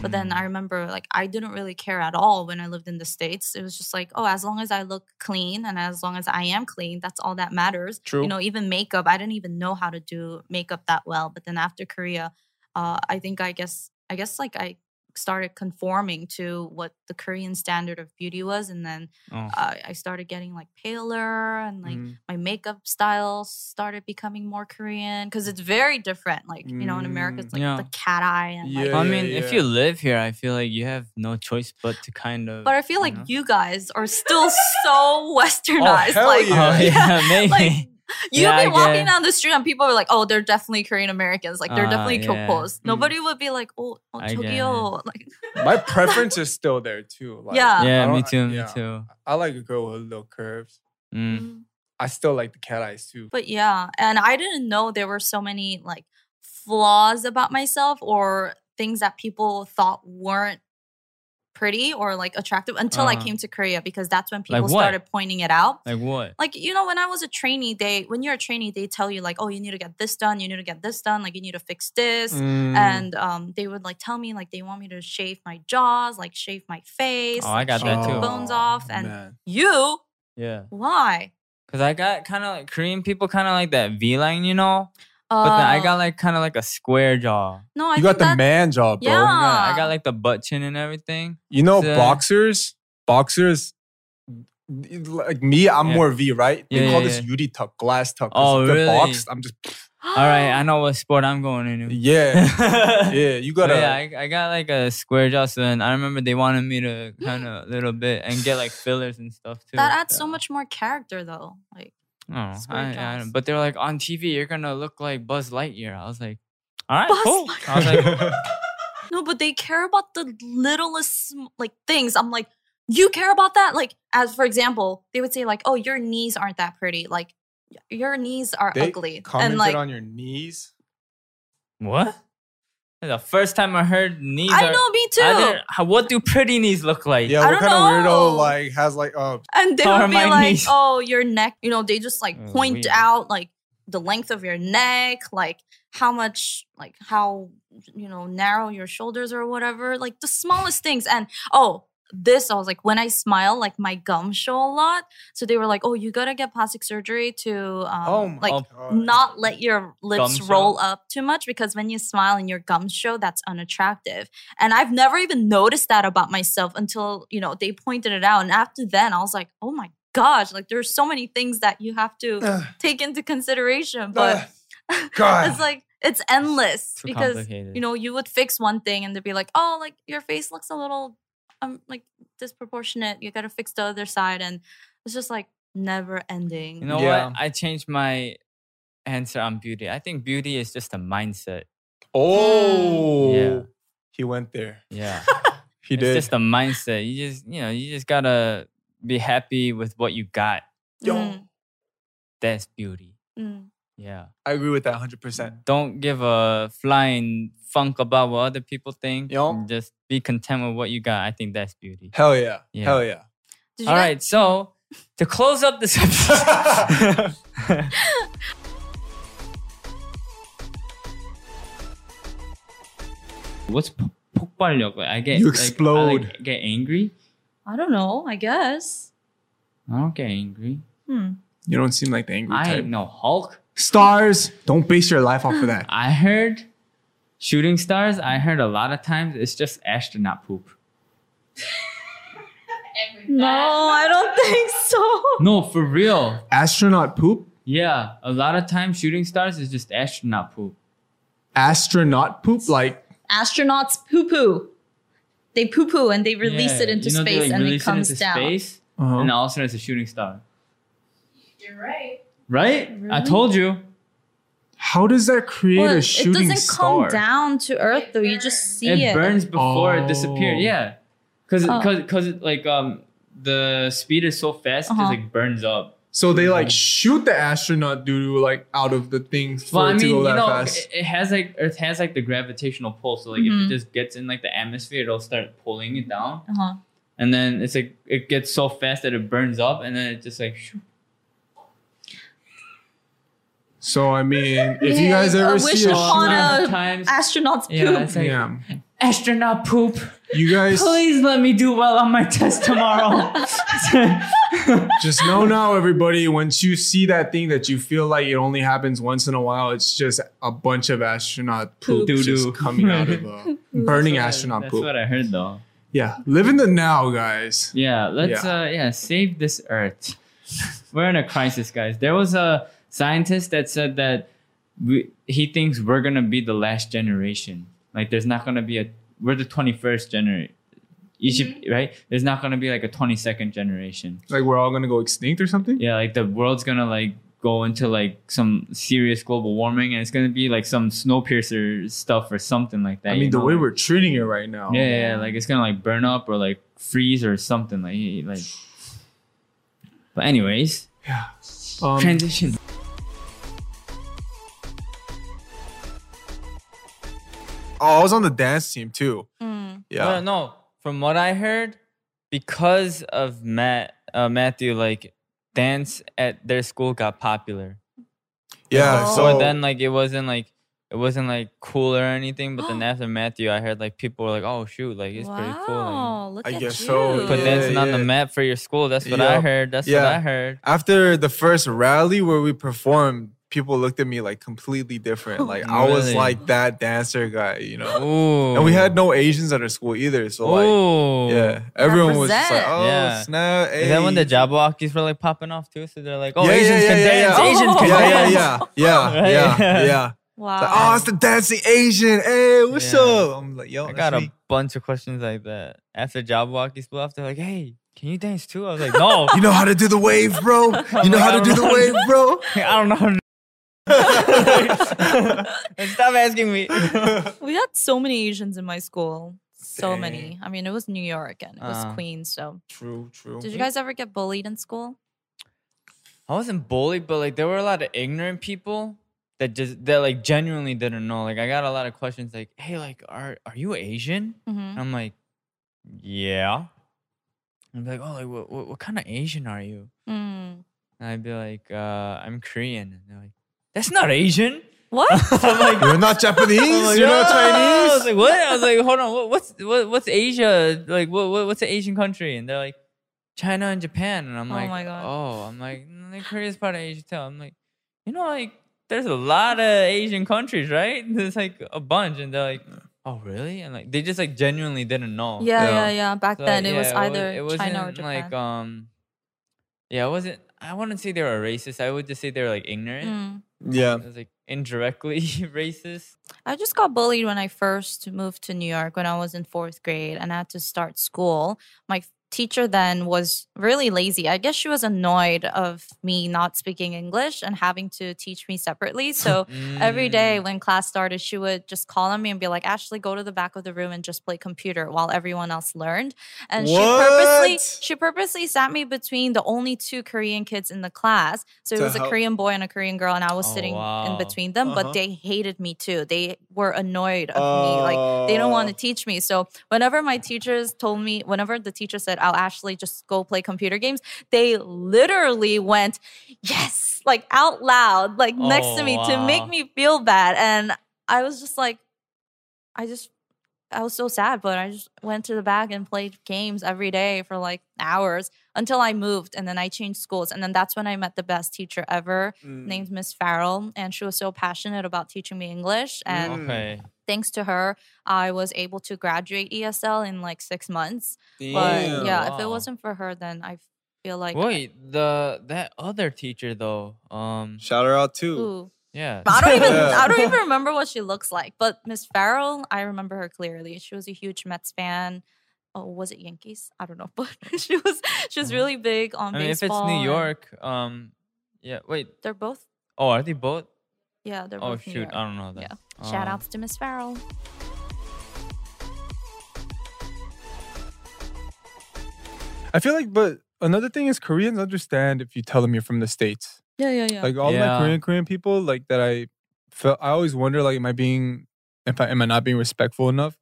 D: But then I remember like I didn't really care at all when I lived in the States. It was just like, oh, as long as I look clean and as long as I am clean, that's all that matters.
E: True.
D: You know, even makeup, I didn't even know how to do makeup that well. But then after Korea, uh, I think I guess I guess like I started conforming to what the Korean standard of beauty was and then
F: Oh.
D: uh, I started getting like paler and like
F: Mm.
D: my makeup style started becoming more Korean because it's very different. Like, you know, in America, it's like
F: Mm, Yeah.
D: the cat eye and like
E: Yeah,
F: I mean, if
E: yeah.
F: you live here, I feel like you have no choice but to kind of.
D: But I feel like you guys are still so westernized.
E: hell
D: like,
E: yeah.
F: Oh, yeah, maybe.
D: like you've
F: Yeah, I
D: been walking
F: guess.
D: down the street and people are like, "Oh, they're definitely Korean Americans. Like, they're
F: Ah,
D: definitely
F: yeah.
D: Kyokos."
F: Mm.
D: Nobody would be like, "Oh, oh
F: I get it.
D: Chogyo." Like,
E: My preference is still there too. Like,
D: Yeah.
F: yeah,
E: I
F: me
E: don't-
F: too, me
E: yeah.
F: too.
E: I like a girl with little curves.
F: Mm.
D: Mm.
E: I still like the cat eyes too.
D: but yeah, and I didn't know there were so many like flaws about myself or things that people thought weren't pretty or like attractive until I
F: Uh-huh.
D: came to Korea because that's when people
F: what?
D: started pointing it out.
F: Like what?
D: like you know when i was a trainee they when you're a trainee they tell you like oh you need to get this done you need to get this done like you need to fix this
E: Mm.
D: and um, they would like tell me like they want me to shave my jaws like shave my face
F: Oh, I got that
D: take
F: too.
D: bones off and
E: Oh, man.
D: you
F: Yeah,
D: why
F: cause I got kind of like Korean people, kind of like that V line, you know. But then I
D: Uh,
F: got like kind of like a square jaw.
D: no i
E: you got the
D: think that,
E: man jaw, bro.
D: Yeah.
F: Yeah, I
D: Ah.
F: got like the butt chin and everything.
E: You know,
F: So-
E: boxers, boxers. Like me, I'm
F: Yeah.
E: more V, right? They
F: Yeah,
E: call
F: yeah,
E: this
F: yeah.
E: UD tuck, glass tuck. 'cause
F: Oh,
E: if they're
F: really?
E: boxed, I'm just
F: All right, I know what sport I'm going into.
E: yeah, yeah. You
F: But
E: gotta.
F: yeah, I, I got like a square jaw, so then I remember they wanted me to kind of a little bit and get like fillers and stuff too.
D: that adds so
F: Yeah.
D: much more character though like
F: Oh, I,
D: Square
F: I don't-
D: jaws.
F: but they're like on TV, you're gonna look like Buzz Lightyear. I was like, all right,
D: Buzz
F: cool. I was like,
D: no but they care about the littlest sm- like things i'm like you care about that like as for example they would say like oh your knees aren't that pretty like your knees are
E: they
D: ugly
E: Commented
D: and like
E: on your knees.
F: what? The first time I heard knees.
D: I
F: are-
D: know, me too.
F: I didn't- how- what do pretty knees look like?
E: Yeah,
D: I
E: what
D: don't
E: kind of
D: know.
E: weirdo like has like uh
D: and they
F: How are
D: would be
F: my
D: like,
F: knees?
D: "Oh, your neck." You know, they just like
F: Oh,
D: point
F: weird.
D: out like the length of your neck, like how much, like how you know narrow your shoulders or whatever, like the smallest things. And oh, this I was like, when I smile, like my gums show a lot. So they were like, "Oh, you gotta get plastic surgery to um,
E: oh my
D: like."
E: god.
D: Not let your lips
F: Gums
D: roll
F: show?
D: up too much because when you smile and your gums show, that's unattractive. And I've never even noticed that about myself until, you know, they pointed it out. And after then, I was like, oh my gosh, like there's so many things that you have to
E: Ugh,
D: take into consideration. But
E: ugh, Ah, God.
D: it's like, it's endless
F: Too
D: because,
F: complicated.
D: you know, you would fix one thing and they'd be like, oh, like your face looks a little um, like disproportionate. You got to fix the other side. And it's just like never ending.
F: You know
E: Yeah.
F: what? I changed my answer on beauty. I think beauty is just a mindset.
E: oh,
F: Yeah.
E: he went there.
F: Yeah.
E: He
F: it's
E: did.
F: just a mindset. You just, you know, you just gotta be happy with what you got.
E: Yo,
D: Mm,
F: That's beauty.
D: mm.
F: Yeah.
E: I agree with that 100. percent
F: Don't give a flying funk about what other people think.
E: Yup.
F: and Just be content with what you got. I think that's beauty.
E: Hell yeah.
F: Yeah.
E: Hell yeah.
D: Did you
F: All
D: guys-
F: right. So to close up this episode. What's po- 폭발력? I get
L: You
F: like, I
L: explode.
F: like, get angry.
D: I don't know. I guess.
F: I don't get angry.
D: Hmm.
E: You don't seem like the angry
F: I
E: type.
F: ain't no Hulk.
E: Stars, don't base your life off of that.
F: I heard shooting stars. I heard a lot of times it's just astronaut poop.
D: No, I don't think so.
F: No, for real.
E: Astronaut poop?
F: Yeah, a lot of times shooting stars is just astronaut poop.
E: Astronaut poop? Like,
D: Astronauts poo poo. They poo poo and they release
F: Yeah,
D: it into
F: you know, they,
D: space
F: like,
D: and it
F: release
D: comes
F: into
D: down.
F: Space,
E: Uh-huh.
F: And all of a sudden it's a shooting star.
B: You're right.
F: Right? I
D: Really?
F: told you.
E: how does that create
D: Well,
E: a
D: it
E: shooting
D: doesn't
E: star?
D: come down to Earth though. You just see it.
F: it burns before it disappears.
E: Oh.
F: Yeah, because
D: uh, Oh.
F: because because it like um the speed is so fast, it
D: Uh-huh.
F: just like burns up.
E: So they like shoot the astronaut dude like out of the thing for
F: Well, I
E: it to
F: mean,
E: go
F: you
E: that
F: know,
E: fast.
F: it, it has like Earth has like the gravitational pull, so like if
D: Mhm.
F: it just gets in like the atmosphere, it'll start pulling it down,
D: Uh huh.
F: and then it's like it gets so fast that it burns up, and then it just like shoo.
E: So I mean, if you guys
D: I
E: ever
D: wish
E: see a
D: upon
E: shooting,
D: a astronaut's poop.
F: Yeah, it's like
E: yeah,
F: astronaut poop.
E: you guys
F: Please let me do well on my test tomorrow.
E: just know now, everybody. Once you see that thing that you feel like it only happens once in a while, it's just a bunch of astronaut poop
F: Poop.
E: just
F: Doo-doo.
E: coming out of a burning astronaut
F: That's
E: poop.
F: what I heard though.
E: Yeah, live in the now, guys.
F: Yeah, let's
E: Yeah.
F: uh yeah, save this earth. we're in a crisis, guys. There was a scientist that said that we, he thinks we're going to be the last generation. Like there's not going to be a we're the 21st generation. You should right? There's not going to be like a 22nd generation.
E: Like we're all gonna go extinct or something.
F: Yeah, like the world's going to like go into like some serious global warming and it's going to be like some snowpiercer stuff or something like that.
E: I
F: you
E: mean, the
F: know?
E: way we're treating it right now.
F: yeah, yeah, yeah, like it's gonna like burn up or like freeze or something like y- like. But anyways,
E: Um,
F: transition.
E: Oh, I was on the dance team too.
F: Mm. No, no. From what I heard, because of Matt uh, Matthew, like dance at their school got popular.
E: Yeah.
F: So
E: So
F: then, like, it wasn't like it wasn't like cool or anything. But then after Matthew, I heard like people were like, "Oh shoot, like it's pretty cool." like,
D: Oh, look
E: I
D: at
E: guess
D: you.
E: so.
F: Put
E: yeah,
F: dancing on the
E: yeah.
F: map for your school. That's what I
E: Yup.
F: heard. That's
E: Yeah.
F: what I heard.
E: After the first rally where we performed, people looked at me like completely different. Like I was
F: Really?
E: like that dancer guy, you know.
F: Ooh.
E: And we had no Asians at our school either. So like,
F: Ooh.
E: yeah, everyone was just like,
D: Represent.
E: oh
F: Oh. Yeah.
E: snap!
F: Is that when
E: hey."
F: the Jabberwockies were like popping off too? So they're like, oh,
E: yeah,
F: Asians
E: yeah,
F: can
E: yeah,
F: dance,
E: yeah, yeah.
F: Asians can
E: yeah,
F: dance.
E: Yeah, yeah, yeah,
F: Right?
E: yeah, yeah.
D: Wow.
E: It's like, oh, it's the dancing Asian. Hey, what's
F: Yeah.
E: up? I'm like, yo,
F: I
E: that's
F: got
E: me.
F: a bunch of questions like that. After Jabberwockies blew off, they're like, hey, can you dance too? I was like, no.
E: You know how to do the wave, bro. You know
F: like,
E: how
F: I
E: to do
F: don't
E: the
F: know.
E: wave, bro.
F: I don't know. Stop asking me.
D: We had so many Asians in my school. So many.
E: Dang.
D: I mean, it was New York and it was
F: Uh.
D: Queens. So,
E: True, true.
D: did you guys ever get bullied in school?
F: I wasn't bullied, but like there were a lot of ignorant people that just that like genuinely didn't know. Like I got a lot of questions like, hey, like are are you Asian?
D: Mhm.
F: And I'm like, yeah. And they're like, oh, like what, what what kind of Asian are you?
D: Mm.
F: And I'd be like, uh, I'm Korean. And they're like, that's not Asian.
D: What?
F: I'm like,
E: You're not
F: I'm
E: Japanese.
F: like,
E: You're not
F: "No." I was
E: Chinese.
F: like, what? I was like, hold on, what, what's what, what's Asia? Like, what, what what's an Asian country? And they're like, China and Japan. And I'm
D: Oh
F: like,
D: my God.
F: oh, I'm like, "Mm, Korea's part of Asia too. I'm like, you know, like there's a lot of Asian countries, right? There's like a bunch, and they're like, oh, really? And like they just like genuinely didn't know.
D: yeah,
E: Yeah.
D: yeah, yeah. Back
F: So,
D: then, it
F: yeah,
D: was
F: wa-
D: either
F: it
D: China or
F: wasn't,
D: Japan.
F: Like, um, yeah, it wasn't. I wouldn't say they were racist. I would just say they were like ignorant.
D: Mm.
E: Yeah.
F: It was like indirectly racist.
D: I just got bullied when I first moved to New York when I was in fourth grade and I had to start school. My f- teacher then was really lazy. I guess she was annoyed of me not speaking English and having to teach me separately. So every day
E: Mm.
D: when class started, she would just call on me and be like, Ashley, go to the back of the room and just play computer while everyone else learned. And she purposely
E: What?
D: she purposely sat me between the only two Korean kids in the class. So it
E: To
D: was a
E: help-
D: Korean boy and a Korean girl, and I was
F: Oh,
D: sitting in
F: wow.
D: between them, but
E: Uh-huh.
D: they hated me too. They were annoyed of me. Like they don't want to
E: Oh.
D: teach me. So whenever my teachers told me, whenever the teacher said, I'll actually just go play computer games. They literally went, yes, like out loud, like next to
L: Oh,
D: me to
L: wow.
D: make me feel bad. And I was just like, I just, I was so sad, but I just went to the back and played games every day for like hours until I moved and then I changed schools. And then that's when I met the best teacher ever
L: Mm.
D: named Miss Farrell. And she was so passionate about teaching me English. And
L: okay.
D: thanks to her, I was able to graduate ESL in like six months.
F: Damn.
D: But yeah, if it
F: Wow.
D: wasn't for her, then I feel like
F: Wait, the that other teacher though. Um,
E: shout her out too.
D: Ooh.
F: Yeah,
D: I don't even I don't even remember what she looks like. But Miss Farrell, I remember her clearly. She was a huge Mets fan. Oh, was it Yankees? I don't know, but she was she was really big on
F: Uh-huh. I mean, if it's
D: baseball
F: New
D: and-
F: York, um, yeah. Wait.
D: They're both.
F: Oh, are they both?
D: Yeah, they're
F: Oh
D: both New
F: shoot,
D: York.
F: I don't know Um, that.
D: Yeah. Shout outs to Miss Farrell.
E: I feel like, but another thing is Koreans understand if you tell them you're from the states.
D: Yeah, yeah, yeah.
E: Like all of my
F: Yeah.
E: Korean Korean people, like that I felt. I always wonder, like, am I being, if I am I not being respectful enough?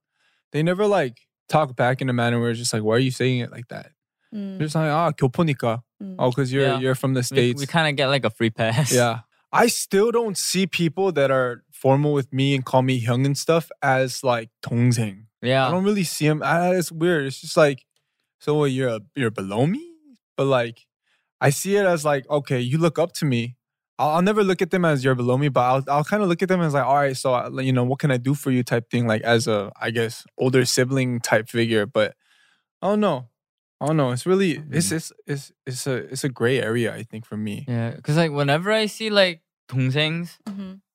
E: They never like talk back in a manner where it's just like, why are you saying it like that?
D: Mm-hmm.
E: They're just like, ah, 교포니까. Oh, because you're
F: Yeah.
E: you're from the
F: We,
E: states.
F: we kind of get like a free pass.
E: Yeah. I still don't see people that are formal with me and call me young and stuff as like 동생.
F: Yeah.
E: I don't really see them. I, it's weird. It's just like, so what, you're a, you're below me, but like, I see it as like, okay, you look up to me. I'll, I'll never look at them as you're below me, but I'll I'll kind of look at them as like, all right, so I, you know, what can I do for you type thing, like as a I guess older sibling type figure. But I don't know. I don't know. It's really
F: Mm.
E: it's it's it's it's a it's a gray area I think for me.
F: Yeah, because like whenever I see like 동생's,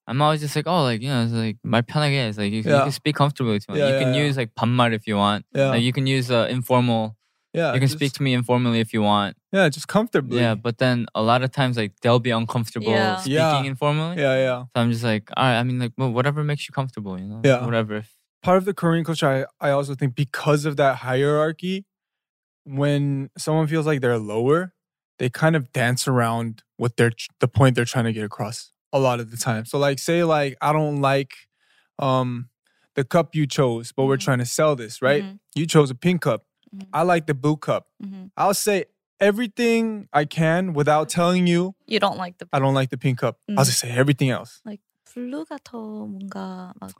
F: I'm always just like, oh, like you know, it's like 말 편하게. It's like you, you
E: Yeah.
F: can speak comfortably if you want.
E: Yeah,
F: you
E: yeah,
F: can
E: yeah.
F: use like 반말 if you want.
E: Yeah.
F: Like, you can use uh, informal.
E: Yeah,
F: You can speak to me informally if you want.
E: Yeah, just comfortably.
F: Yeah, but then a lot of times like they'll be uncomfortable
E: Yeah.
F: speaking
E: Yeah.
F: informally.
E: Yeah, yeah.
F: So I'm just like, all right. I mean, like, well, whatever makes you comfortable, you know.
E: Yeah.
F: Whatever.
E: part of the Korean culture, I, I also think because of that hierarchy, when someone feels like they're lower, they kind of dance around what they're tr- the point they're trying to get across a lot of the time. So like say like I don't like um the cup you chose, but we're trying to sell this, right? You chose a pink cup. I like the blue cup. I'll say everything I can without telling you
D: You don't like the
E: I don't like the pink cup. I'll just say everything else.
D: like 블루가 더 뭔가 막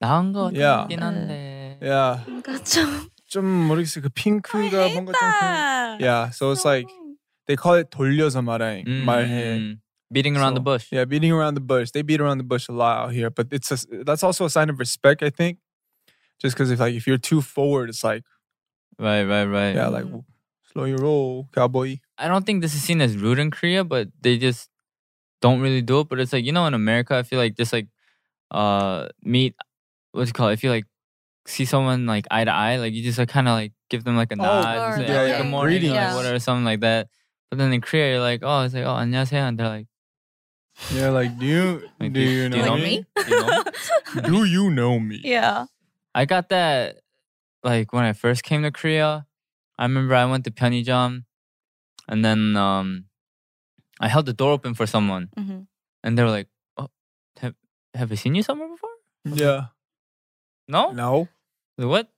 F: 나은 거
E: Yeah.
F: 같긴 한데.
E: Yeah.
D: 뭔가 좀
E: 좀 모르겠어요. 그 핑크가 뭔가 좀
D: 아,
E: Yeah, so it's like they call it 돌려서 말해, 말해.
F: Beating around the bush.
E: Yeah, beating around the bush. They beat around the bush a lot out here, but it's a, that's also a sign of respect, I think. Just because if like if you're too forward, it's like
F: Right, right, right.
E: yeah, like slow your roll, cowboy.
F: I don't think this is seen as rude in Korea, but they just don't really do it. But it's like you know, in America, I feel like just like uh meet what's it called? If you like see someone like eye to eye, like you just like kind of like give them like a
E: Oh,
F: nod, and
E: or
F: say, "Oh,
E: like a
F: good morning, or
E: greetings.
F: like, whatever, something like that. But then in Korea, you're like, oh, it's like oh 안녕하세요, and they're like,
E: Yeah, like do you
F: Like,
E: do you know, me?
F: Do you know me?
E: do you know me?
D: yeah.
F: I got that like when I first came to Korea. I remember I went to Pyeongjam, and then um, I held the door open for someone.
D: Mhm.
F: and they were like, "Oh, have have we seen you somewhere before?
E: Yeah.
F: No,
E: no.
F: Like, what?"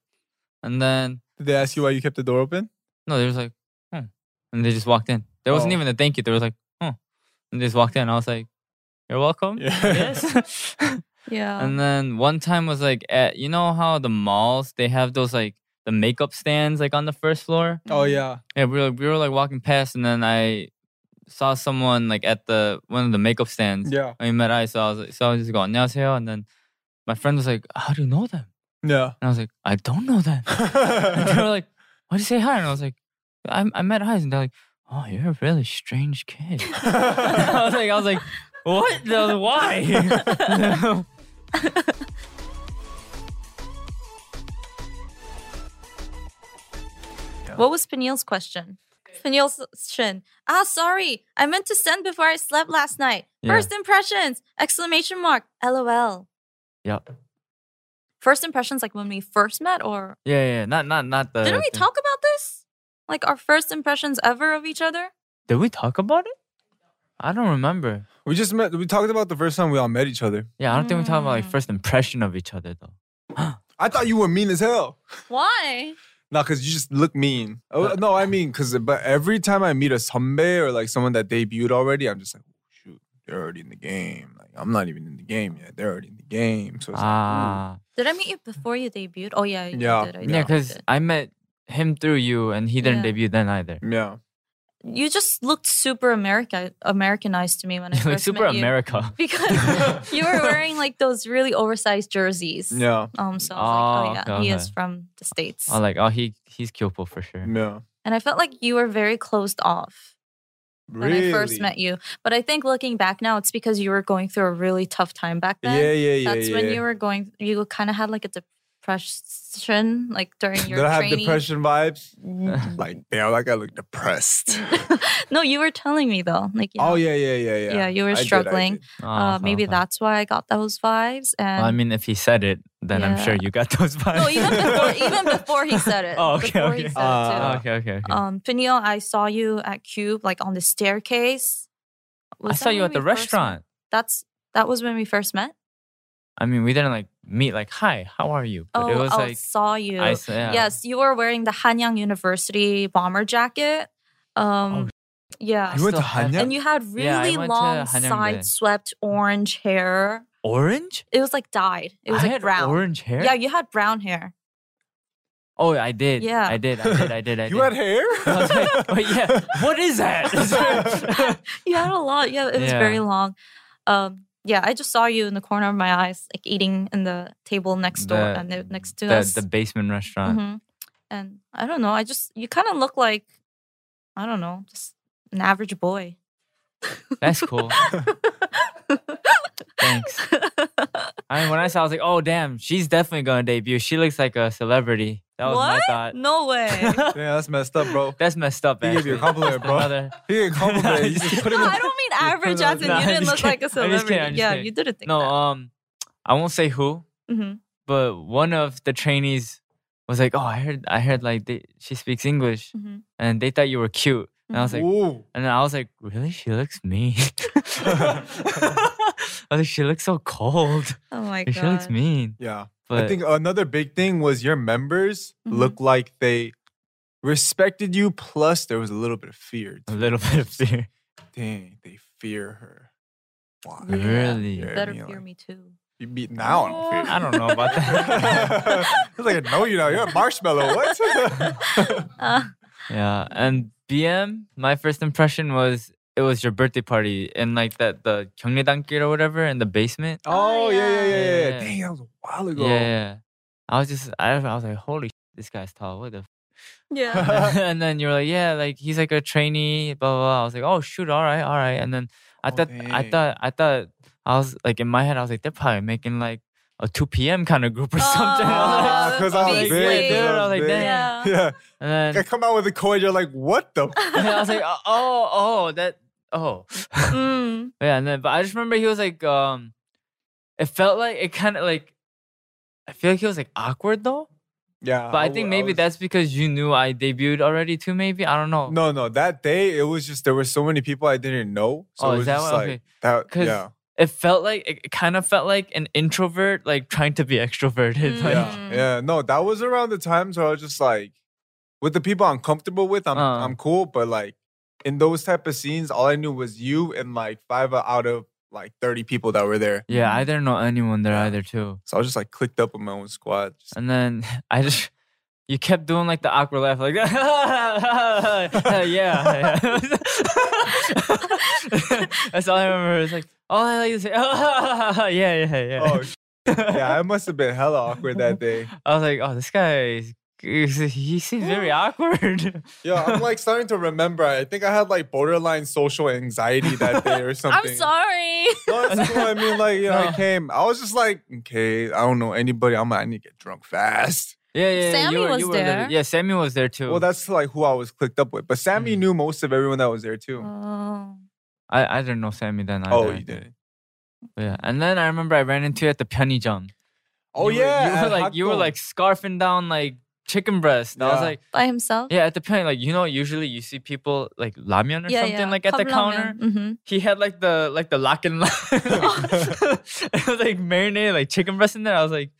F: And then
E: did they ask you why you kept the door open?
F: No, they was like, "Hmm," and they just walked in. There wasn't
E: Oh.
F: even a thank you. They was like, "Hmm," and they just walked in. I was like, "You're welcome." Yes.
D: Yeah.
F: and then one time was like at you know how the malls they have those like the makeup stands like on the first floor.
E: Oh yeah.
F: Yeah, we were we were like walking past, and then I saw someone like at the one of the makeup stands.
E: Yeah.
F: I met eyes, so I was like, so I was just going 안녕하세요, and then my friend was like, "How do you know them?"
E: Yeah.
F: And I was like, "I don't know them." and they were like, "Why do you say hi?" And I was like, "I I met eyes," and they're like, "Oh, you're a really strange kid." I was like, I was like, "What? And I was like, Why?" No.
D: What was Peniel's question? Peniel's question. Ah, sorry. I meant to send before I slept last night.
F: Yeah.
D: First impressions! Exclamation mark. LOL.
F: yeah,
D: First impressions like when we first met or
F: yeah, yeah. Not not not the.
D: didn't we
F: thing.
D: talk about this? Like our first impressions ever of each other?
F: Did we talk about it? I don't remember.
E: We just met. We talked about the first time we all met each other.
F: Yeah, I don't think we
D: Mm.
F: talked about like first impression of each other though.
E: I thought you were mean as hell.
D: Why?
E: No, because you just look mean. Oh, no, I mean, because but every time I meet a somebody or like someone that debuted already, I'm just like, oh, shoot, they're already in the game. Like I'm not even in the game yet. They're already in the game. So it's like, ooh.
F: Ah.
D: Did I meet you before you debuted? Oh yeah, you
E: Yeah,
D: did. I
F: Yeah,
D: did.
F: because I met him through you, and he didn't
D: Yeah.
F: debut then either.
E: Yeah,
D: you just looked super America Americanized to me when I
F: like
D: first
F: super
D: met you.
F: America.
D: because you were wearing like those really oversized jerseys.
F: Yeah.
D: Um. So I was like, oh
F: Oh,
D: yeah, he is
F: okay.
D: from the states.
F: Oh, like oh he he's Kyopo for
D: Mm.
F: sure.
E: No,
D: and I felt like you were very closed off when I first met you. But I think looking back now, it's because you were going through a really tough time back then.
E: Yeah, yeah, yeah,
D: That's when
E: yeah.
D: you were going. You kind of had like a depression, like during your
E: Did I have
D: training.
E: depression vibes? like damn, like I look depressed.
D: No, you were telling me though. Like you
E: Oh
D: know,
E: yeah, yeah, yeah, yeah.
D: yeah, you
E: I
D: were
E: did, I
D: struggling.
E: did.
D: Uh,
F: Ah,
D: maybe
F: okay.
D: that's why I got those vibes. And
F: Well, I mean, if he said it, then I'm sure
D: Yeah.
F: you got those vibes.
D: no, even before, even before he said it.
F: oh, okay,
D: before
F: okay.
D: he said
F: Ah,
D: it too.
F: okay, okay, okay.
D: Um, Peniel, I saw you at Cube, like on the staircase.
F: I
D: Was
F: saw
D: that
F: you
D: when
F: at the
D: we first met?
F: restaurant.
D: That's that was when we first met.
F: I mean, we didn't like meet like hi, how are you?
D: Oh,
F: it was
D: oh,
F: like
D: saw you.
F: I saw- yeah.
D: Yes, you were wearing the Hanyang University bomber jacket.
F: Oh,
D: Um, yeah,
F: You went to Hanyang?
D: and you had really
F: Yeah, I went to
D: long,
F: Hanyang there.
D: side-swept orange hair.
F: orange.
D: It was like dyed. It was
F: I
D: like
F: had
D: brown.
F: orange hair?
D: Yeah, you had brown hair.
F: Oh, I did.
D: Yeah.
F: I did. I did. I did. I
E: You
F: did.
E: had hair?
F: I was like, wait, yeah. What is that?
D: You had a lot. Yeah, it was
F: Yeah.
D: very long. Um, yeah, I just saw you in the corner of my eyes, like eating in the table next door
F: The-
D: and uh, next to
F: the,
D: us.
F: the basement restaurant.
D: Mhm. And I don't know. I just you kind of look like I don't know, just an average boy.
F: That's cool. Thanks. I mean, when I saw, I was like, oh damn, she's definitely gonna debut. She looks like a celebrity. That was my
D: what?
F: thought.
D: No way.
E: Yeah, that's messed up, bro.
F: That's messed up.
E: He gave you a
F: actually.
E: compliment,
F: That's
E: bro.
F: another-
E: He gave you a compliment. You just put
D: no,
E: him in
D: I don't mean average as in
F: Nah,
D: you
F: I'm
D: didn't
F: just
D: look like a
F: kidding. I'm just
D: celebrity.
F: kidding, I'm just
D: yeah,
F: kidding.
D: you didn't think
F: No,
D: that.
F: um, I won't say who,
D: Mhm.
F: but one of the trainees was like, "Oh, I heard, I heard like they, she speaks English,
D: Mhm.
F: and they thought you were cute." And I was like,
D: Mm-hmm.
E: Ooh.
F: and I was like, "Really? She looks mean." I was like, "She looks so cold.
D: Oh my
F: Like, she looks
D: God.
F: mean."
E: Yeah. I
F: But- Mm-hmm.
E: think another big thing was your members looked like they respected you, plus there was a little bit of fear.
F: A little bit of fear.
E: Dang, they fear her. Why?
D: Yeah.
F: Really?
D: You
E: Yeah, I
D: better
E: mean,
D: fear
E: like-
D: me too.
E: You beat now. I don't fear you.
F: I don't know about that.
E: it's like, no, you know, you're a marshmallow. What?
D: Uh,
F: yeah, and BM, my first impression was it was your birthday party in like that the Gyeongdaedanggil or whatever in the basement.
E: oh, yeah, yeah, yeah, yeah, yeah.
F: Yeah.
E: Dang, that was a while ago.
F: Yeah, yeah. I was just, I, I was like, holy, shit, this guy's tall. What the? F-?
D: yeah.
F: and then you were like, yeah, like he's like a trainee, blah blah. blah. I was like, oh shoot, all right, all right. And then I
E: Oh,
F: thought, I
E: dang.
F: thought, I thought, I was like in my head, I was like, they're probably making like a two p.m. kind of group or something. I was
D: Oh,
F: like-
E: Because I was
D: Beastly.
E: big. Ah,
F: Dude,
E: 'cause
F: I was like,
E: big.
F: damn.
D: Uh-huh.
E: Yeah.
F: and
E: I
F: then
E: come out with a coin, you're like, what the? f-
F: and then I was like, oh, oh, oh, that, oh,
D: Mm.
F: yeah. And then, but I just remember he was like, um, it felt like it kind of like, I feel like he was like awkward though.
E: Yeah.
F: But I
E: wa-
F: think maybe
E: was-
F: that's because you knew I debuted already too. Maybe I don't know.
E: No, no. That day, it was just, there were so many people I didn't know. So
F: Oh,
E: it
F: is
E: was
F: that
E: just
F: why?
E: like,
F: Okay.
E: that,
F: 'Cause
E: yeah.
F: It felt like it kind of felt like an introvert like trying to be extroverted. like- mm.
E: Yeah. Yeah. No, that was around the times where I was just like, with the people I'm comfortable with, I'm,
F: Uh.
E: I'm cool. But like, in those type of scenes, all I knew was you and like five out of like 30 people that were there.
F: yeah, I didn't know anyone there either too.
E: So I was just like clicked up with my own squad. Just,
F: And then I just you kept doing like the awkward laugh, like yeah. yeah. That's all I remember. It's like all I like to say. yeah, yeah, yeah.
E: oh, sh- yeah. I must have been hella awkward that day.
F: I was like, oh, this guy, is, he seems very awkward.
E: Yo, I'm like starting to remember. I think I had like borderline social anxiety that day or something.
D: I'm sorry.
E: No, it's cool. I mean, like, you know, I
F: No.
E: came. I was just like, okay, I don't know anybody. I'm like, I need to get drunk fast.
F: Yeah, yeah. yeah,
D: Sammy
F: you were,
D: was
F: you were literally-
D: there.
F: Yeah, Sammy was there too.
E: Well, that's like who I was clicked up with. But Sammy
F: Mm.
E: knew most of everyone that was there too.
D: Oh.
F: I, I didn't know Sammy then. Either,
E: oh,
F: I
E: you
F: think.
E: did.
F: Yeah, and then I remember I ran into you at the Pyeongjang.
E: Oh
F: You were-
E: yeah,
F: you
E: at
F: were like you were
E: Hakdo.
F: like scarfing down like chicken breast. I was
E: Yeah.
F: like,
D: By himself?
F: yeah, at the Pyeong, like you know, usually you see people like ramyun or something like at the counter.
D: hmm
F: He had like the like the lock and lock, it was like marinated like chicken breast in there. I was like,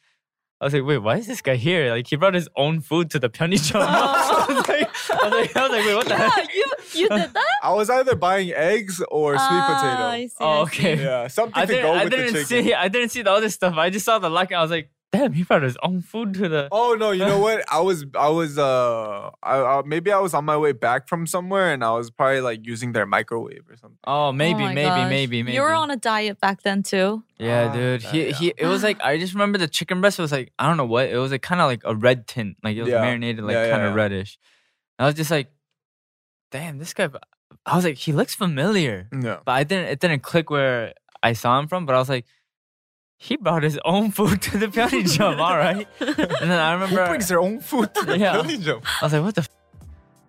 F: I was like, wait, why is this guy here? Like, he brought his own food to the Pyeongchang. I, was like, I was like, I was like, wait, what the heck?
D: Mm-hmm. you, you did that?
E: I was either buying eggs or sweet
D: Ah,
E: potato.
D: I see,
F: Oh, okay.
E: Yeah, something
F: I
E: to
F: didn't,
E: go
F: I
E: with
F: didn't
E: the chicken.
F: see, I didn't see the other stuff. I just saw the luck. I was like, damn, he brought his own food to the.
E: Oh no, you know what? I was I was uh I, I maybe I was on my way back from somewhere and I was probably like using their microwave or something.
F: Oh, maybe,
D: my
F: maybe,
D: gosh.
F: maybe, maybe.
D: You were on a diet back then
E: Oh,
D: too.
F: Yeah, dude. He he. It was like I just remember the chicken breast was like I don't know what. It was like kind of like a red tint, like it was
E: Yeah.
F: marinated, like
E: Yeah, yeah,
F: kind of
E: yeah.
F: reddish. And I was just like, damn, this guy. I was like, he looks familiar,
E: No.
F: but I didn't. It didn't click where I saw him from. But I was like, he brought his own food to the Pyeongchang. all right. And then I
E: Who
F: remember
E: brings their own food to the
F: Yeah.
E: Pyeongchang?
F: I was like, what the? F-?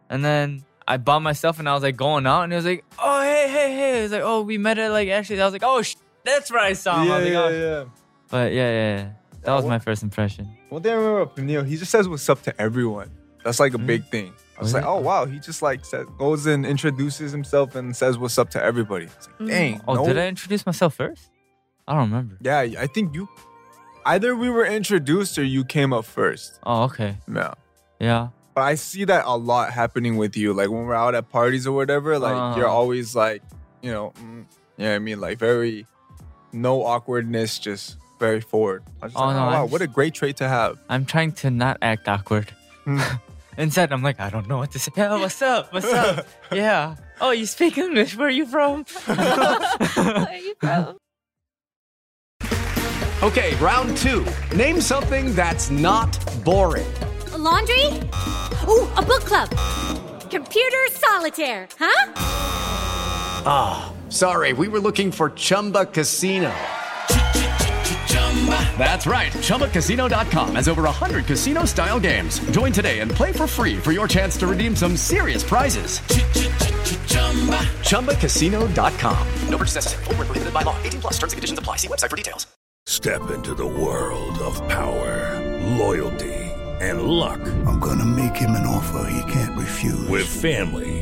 F: And then I bought myself, and I was like going out, and it was like, oh hey hey hey. It was like, oh we met at like actually. I was like, oh sh- that's where I saw him. I was like, oh,
E: yeah.
F: But yeah, yeah, yeah. That was my first impression.
E: One thing I remember about Neil, he just says what's up to everyone. That's like a big thing. I was
F: Oh,
E: like,
F: yeah.
E: oh wow, he just like says, goes and introduces himself and says what's up to everybody. It's like, dang.
F: Oh,
E: no-
F: did I introduce myself first? I don't remember.
E: Yeah, I think you. Either we were introduced or you came up first.
F: Oh, okay.
E: Yeah.
F: Yeah.
E: But I see that a lot happening with you. Like when we're out at parties or whatever, like you're
F: Uh-huh.
E: always like, you know, mm, you know what I mean? Like very, no awkwardness, just very forward. I was just
F: Oh,
E: like,
F: no,
E: oh, wow,
F: I'm
E: what a great trait to have.
F: I'm trying to not act awkward. Instead, I'm like, I don't know what to say. Yeah, what's up? What's up? yeah. Oh, you speak English? Where are you from?
L: Okay, round two. Name something that's not boring.
M: laundry? Ooh, a book club. Computer solitaire, huh?
L: Ah, sorry, we were looking for Chumba Casino. That's right, ChumbaCasino.com has over 100 casino style games. Join today and play for free for your chance to redeem some serious prizes. ChumbaCasino.com. No purchase necessary, forward prohibited by law, 18 plus terms and conditions apply. See website for details.
J: Step into the world of power, loyalty, and luck.
I: I'm gonna make him an offer he can't refuse.
J: With family,